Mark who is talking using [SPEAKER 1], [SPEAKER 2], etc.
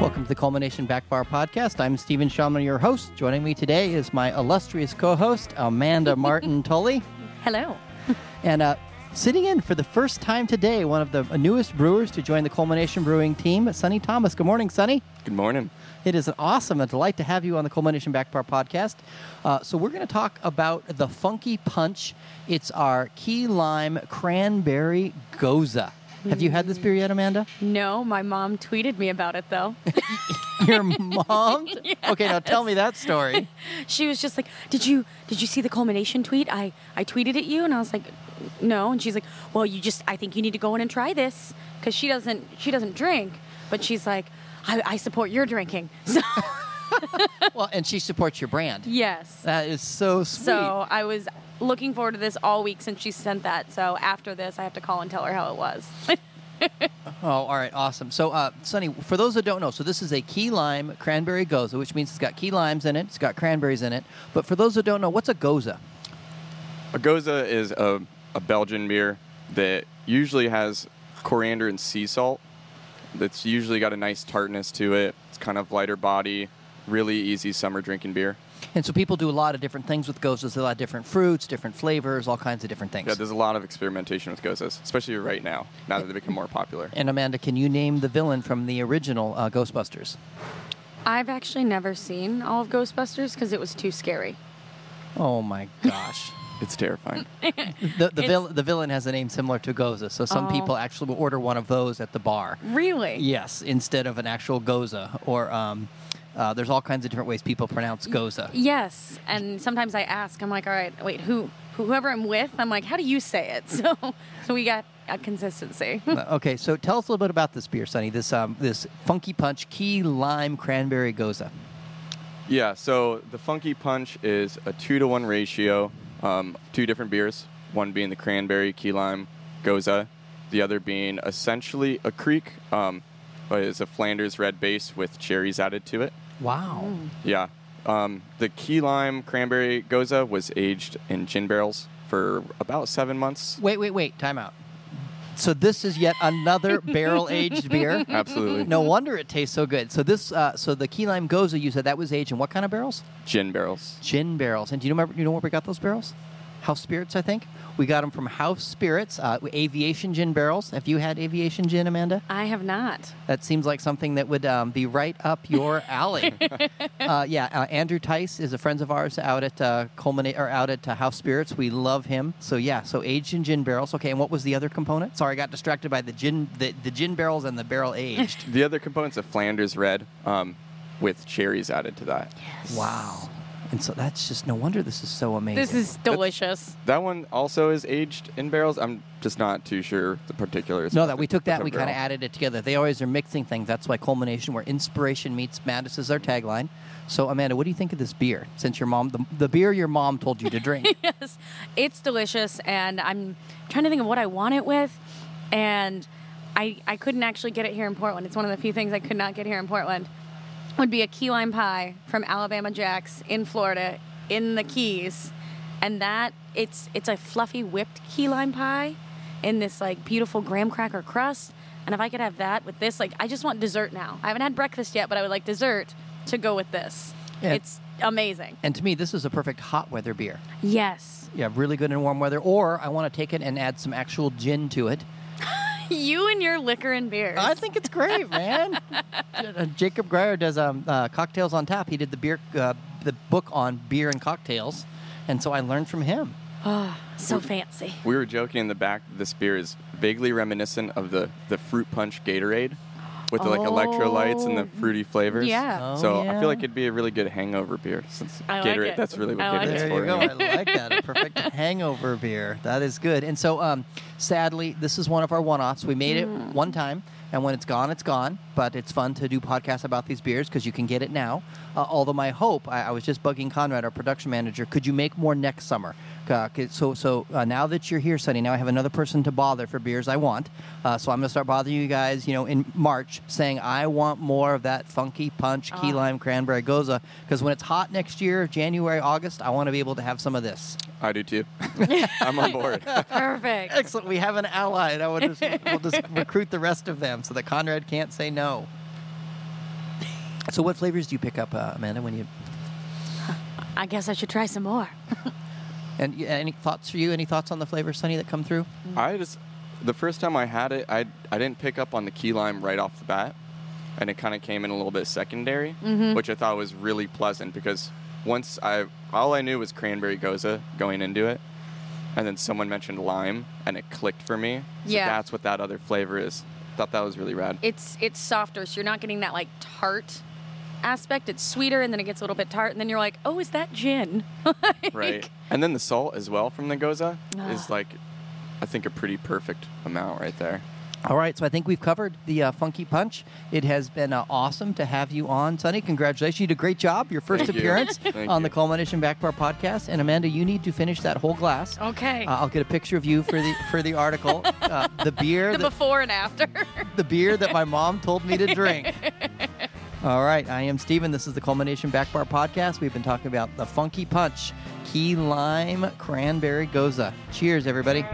[SPEAKER 1] Welcome to the Culmination Back Bar Podcast. I'm Stephen Shamler, your host. Joining me today is my illustrious co-host Amanda Martin Tully,
[SPEAKER 2] Hello.
[SPEAKER 1] and uh, sitting in for the first time today, one of the newest brewers to join the Culmination Brewing team, Sonny Thomas. Good morning, Sonny.
[SPEAKER 3] Good morning.
[SPEAKER 1] It is an awesome, a delight to have you on the Culmination Back Bar podcast. Uh, so we're going to talk about the Funky Punch. It's our key lime cranberry goza. Have you had this beer yet, Amanda?
[SPEAKER 2] No, my mom tweeted me about it though.
[SPEAKER 1] Your mom? Okay, now tell me that story.
[SPEAKER 2] she was just like, "Did you did you see the culmination tweet? I I tweeted at you." And I was like, "No." And she's like, "Well, you just I think you need to go in and try this cuz she doesn't she doesn't drink, but she's like, I, I support your drinking." So,
[SPEAKER 1] Well, and she supports your brand.
[SPEAKER 2] yes.
[SPEAKER 1] That is so sweet.
[SPEAKER 2] So, I was looking forward to this all week since she sent that. So, after this, I have to call and tell her how it was.
[SPEAKER 1] oh, all right, awesome. So, uh, Sonny, for those that don't know, so this is a key lime cranberry goza, which means it's got key limes in it, it's got cranberries in it. But for those that don't know, what's a goza?
[SPEAKER 3] A goza is a, a Belgian beer that usually has coriander and sea salt. It's usually got a nice tartness to it. It's kind of lighter body, really easy summer drinking beer.
[SPEAKER 1] And so people do a lot of different things with gozas. A lot of different fruits, different flavors, all kinds of different things.
[SPEAKER 3] Yeah, there's a lot of experimentation with gozas, especially right now, now that they become more popular.
[SPEAKER 1] and Amanda, can you name the villain from the original uh, Ghostbusters?
[SPEAKER 2] I've actually never seen all of Ghostbusters cuz it was too scary.
[SPEAKER 1] Oh my gosh.
[SPEAKER 3] It's terrifying.
[SPEAKER 1] The the,
[SPEAKER 2] It's-
[SPEAKER 1] vil- the villain has a name similar to Goza, so some
[SPEAKER 2] Oh.
[SPEAKER 1] people actually will order one of those at the bar.
[SPEAKER 2] Really?
[SPEAKER 1] Yes, instead of an actual Goza, or um, uh, there's all kinds of different ways people pronounce Goza.
[SPEAKER 2] Yes, and sometimes I ask. I'm like, all right, wait, who, whoever I'm with, I'm like, how do you say it? So, so we got a consistency.
[SPEAKER 1] Uh, okay, so tell us a little bit about this beer, Sonny. This um, this Funky Punch Key Lime Cranberry Goza.
[SPEAKER 3] Yeah, so the Funky Punch is a two to one ratio, um, two different beers, one being the cranberry, key lime, goza, the other being essentially a creek, um, but it's a Flanders red base with cherries added to it.
[SPEAKER 1] Wow.
[SPEAKER 3] Yeah. Um, the key lime cranberry goza was aged in gin barrels for about seven months.
[SPEAKER 1] Wait, wait, wait. Time out. So this is yet another barrel aged beer.
[SPEAKER 3] Absolutely.
[SPEAKER 1] No wonder it tastes so good. So this, uh, so the key lime goza you said that was aged in what kind of barrels?
[SPEAKER 3] Gin barrels.
[SPEAKER 1] gin barrels. And do you remember? You know where we got those barrels? House Spirits, I think. We got them from House Spirits, uh, aviation gin barrels. Have you had aviation gin, Amanda?
[SPEAKER 2] I have not.
[SPEAKER 1] That seems like something that would um, be right up your alley. uh, yeah, uh, Andrew Tice is a friend of ours out at uh, Culminate or out at uh, House Spirits. We love him. So yeah, so aged in gin barrels. Okay, and what was the other component? Sorry, I got distracted by the gin, the, the gin barrels and the barrel aged.
[SPEAKER 3] The other component's a Flanders red um, with cherries added to that.
[SPEAKER 1] wow. And so that's just no wonder this is so amazing.
[SPEAKER 2] This is delicious.
[SPEAKER 3] That one also is aged in barrels. I'm just not too sure the particulars.
[SPEAKER 1] No,
[SPEAKER 3] about
[SPEAKER 1] that
[SPEAKER 3] the-
[SPEAKER 1] we took
[SPEAKER 3] the
[SPEAKER 1] that, we kind of
[SPEAKER 3] barrel.
[SPEAKER 1] added it together. They always are mixing things. That's why culmination, where inspiration meets madness, is their tagline. So, Amanda, what do you think of this beer? Since your mom, the, the beer your mom told you to drink.
[SPEAKER 2] Yes, it's delicious, and I'm trying to think of what I want it with, and I I couldn't actually get it here in Portland. It's one of the few things I could not get here in Portland. Would be a key lime pie from Alabama Jack's in Florida, in the Keys, and that it's it's a fluffy whipped key lime pie, in this like beautiful graham cracker crust. And if I could have that with this, like I just want dessert now. I haven't had breakfast yet, but I would like dessert to go with this.
[SPEAKER 1] Yeah.
[SPEAKER 2] It's amazing.
[SPEAKER 1] and to me, this is a perfect hot weather beer.
[SPEAKER 2] Yes.
[SPEAKER 1] Yeah, really good in warm weather. Or I want to take it and add some actual gin to it.
[SPEAKER 2] You and your liquor and beers.
[SPEAKER 1] I think it's great, man. Uh, Jacob Greyer does um, uh, cocktails on tap. He did the beer, uh, the book on beer and cocktails, and so I learned from him.
[SPEAKER 2] so fancy.
[SPEAKER 3] We were joking in the back. that This beer is vaguely reminiscent of the the fruit punch Gatorade, with the like electrolytes and the
[SPEAKER 2] Oh,
[SPEAKER 3] fruity flavors.
[SPEAKER 2] yeah.
[SPEAKER 1] Oh,
[SPEAKER 3] so I
[SPEAKER 1] yeah.
[SPEAKER 3] feel like it'd be a really good hangover beer since
[SPEAKER 2] I like
[SPEAKER 3] Gatorade.
[SPEAKER 2] it.
[SPEAKER 3] That's really what
[SPEAKER 2] I like
[SPEAKER 3] Gatorade's
[SPEAKER 1] There
[SPEAKER 2] it.
[SPEAKER 3] for.
[SPEAKER 1] you go. I
[SPEAKER 3] right?
[SPEAKER 1] like that. A perfect hangover beer. That is good. And so, um, sadly, this is one of our one-offs. We made it one time, and when it's gone, it's gone. But it's fun to do podcasts about these beers because you can get it now. Uh, although my hope, I, I was just bugging Conrad, our production manager, could you make more next summer? Uh, 'cause- so, so uh, now that you're here, Sonny, now I have another person to bother for beers I want. Uh, so I'm gonna start bothering you guys, you know, in March, saying I want more of that funky punch, key lime, cranberry goza. Because when it's hot next year, January, August, I want to be able to have some of this.
[SPEAKER 3] I do too. I'm on board.
[SPEAKER 2] Perfect.
[SPEAKER 1] Excellent. We have an ally. Now we'll just, we'll just recruit the rest of them so that Conrad can't say no. So, what flavors do you pick up, uh, Amanda? When you
[SPEAKER 2] I guess I should try some more.
[SPEAKER 1] and y- any thoughts for you? Any thoughts on the flavors, Sunny, that come through?
[SPEAKER 3] I just the first time I had it, I I didn't pick up on the key lime right off the bat, and it kind of came in a little bit secondary,
[SPEAKER 2] Mm-hmm.
[SPEAKER 3] which I thought was really pleasant because once I all I knew was cranberry goza going into it, and then someone mentioned lime, and it clicked for me. So
[SPEAKER 2] Yeah.
[SPEAKER 3] that's what that other flavor is. Thought that was really rad.
[SPEAKER 2] it's it's softer, so you're not getting that like tart aspect. It's sweeter, and then it gets a little bit tart, and then you're like, oh, is that gin? Like-
[SPEAKER 3] right. And then the salt as well from the goza is
[SPEAKER 2] Ah.
[SPEAKER 3] like, I think a pretty perfect amount right there.
[SPEAKER 1] All right, so I think we've covered the uh, funky punch. It has been uh, awesome to have you on, Sunny. Congratulations, you did a great job. Your first
[SPEAKER 3] Thank you.
[SPEAKER 1] appearance
[SPEAKER 3] Thank
[SPEAKER 1] on the
[SPEAKER 3] you.
[SPEAKER 1] Culmination Back Bar podcast. And Amanda, you need to finish that whole glass.
[SPEAKER 2] Oh, Okay.
[SPEAKER 1] Uh, I'll get a picture of you for the for the article. Uh, the beer,
[SPEAKER 2] the
[SPEAKER 1] that,
[SPEAKER 2] before and after.
[SPEAKER 1] the beer that my mom told me to drink. All right, I am Steven. This is the Culmination Back Bar podcast. We've been talking about the funky punch, key lime cranberry goza. Cheers, everybody.